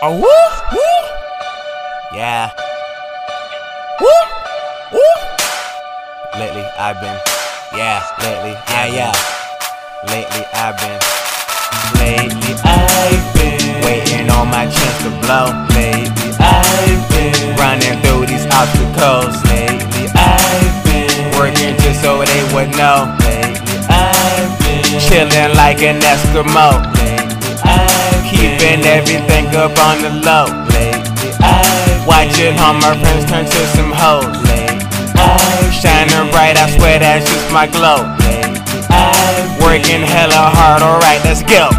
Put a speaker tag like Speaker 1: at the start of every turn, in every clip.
Speaker 1: Oh, woo, woo. Yeah. Woo, woo. Lately I've been, yeah, lately, yeah, yeah. Lately I've been, lately I've been waiting on my chance to blow. Lately I've been running through these obstacles. Lately I've been working just so they would know. Lately I've been chilling like an Eskimo. Lately I've keeping everything up on the low. Lately I've watching all my friends turn to some hoes. Lately I've shining bright, I swear that's just my glow. Lately I've working hella hard, alright, let's go.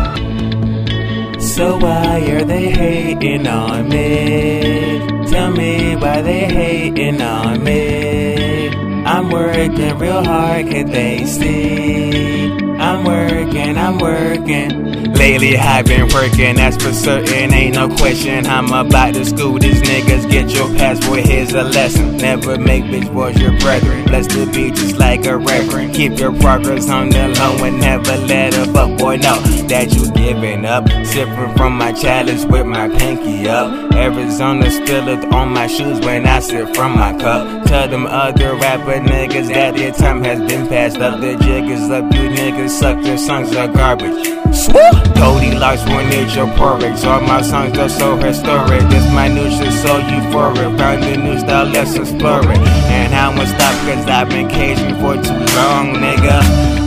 Speaker 1: So why are they hating on me? Tell me why they hating on me. I'm working real hard, can they see? I'm working, I'm working. Lately I've been working, that's for certain, ain't no question. I'm about to school these niggas, get your passport, here's a lesson. Never make bitch boys your brethren. Bless the be just like a reverend. Keep your progress on the low and never let a fuck boy know that you giving up. Sipping from my chalice with my pinky up. Arizona spilleth on my shoes when I sip from my cup. Tell them other rapper niggas that their time has been passed up. The jig is up, you niggas suck, your songs are garbage. Swoop! Goldilocks when it's your porridge. All my songs are so historic. This minutia is so euphoric. Found the new style, let's explore it. And I won't stop cause I've been caging for too long, nigga.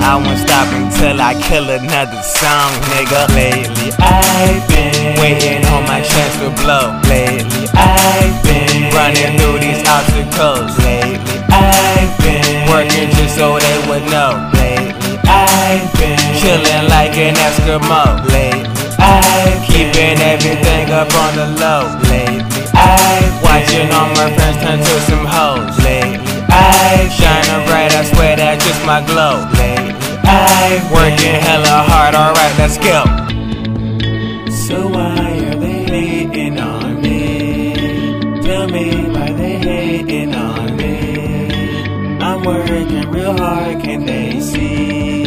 Speaker 1: I won't stop until I kill another song, nigga. Lately I've been waiting on my chance to blow. Lately I've been running through these obstacles. Lately I've been working just so they would know. Lately I've been chilling like an Eskimo. Lately I've keeping everything up on the low. Lately I've watching all my friends turn to some hoes. Lately I've shining bright, I swear that's just my glow. Lately I've working hella hard, alright, let's go. So why are they hating on me? Tell me why they hating on me. I'm working real hard, can they see?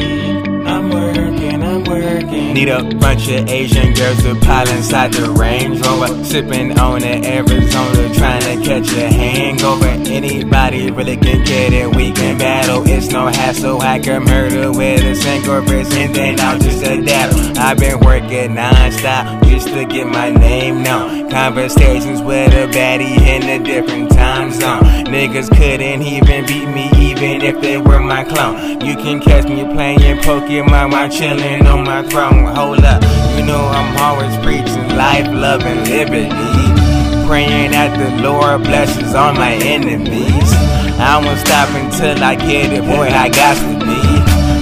Speaker 1: I'm working, I'm working. Need a bunch of Asian girls to pile inside the Range Rover. Sipping on an Arizona, trying to catch a hangover. Anybody really can get it, we can battle. It's no hassle, I can murder with a single verse, and then I'll just adapt. I've been working non-stop just to get my name known. Conversations with a baddie in a different time zone. Niggas couldn't even beat me, even if they were my clone. You can catch me playing Pokemon while chilling on my throne. Hold up, you know I'm always preaching life, love, and liberty. Praying that the Lord blesses all my enemies. I won't stop until I get it, boy, I got to be.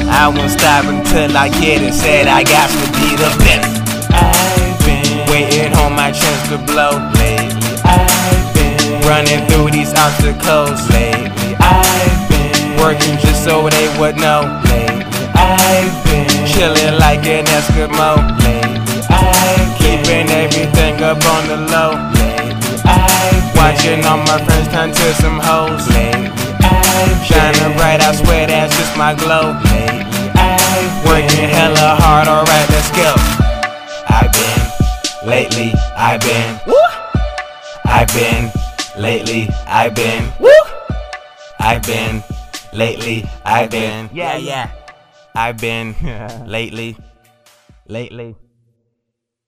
Speaker 1: I won't stop until I get it, said I got to be the best. I've been waiting on my chance to blow lately. I've been running through these obstacles lately. I've been working just so they would know lately. I've been chilling like an Eskimo lately. I've keeping everything up on the low lately. I've watching all my friends turn to some hoes lately. I've shining bright, I swear that's just my glow lately. I've working hella hard, alright, let's go. I've been lately. I've been. I've been lately. I've been. I've been lately. I've been. Yeah, yeah. I've been lately. Lately.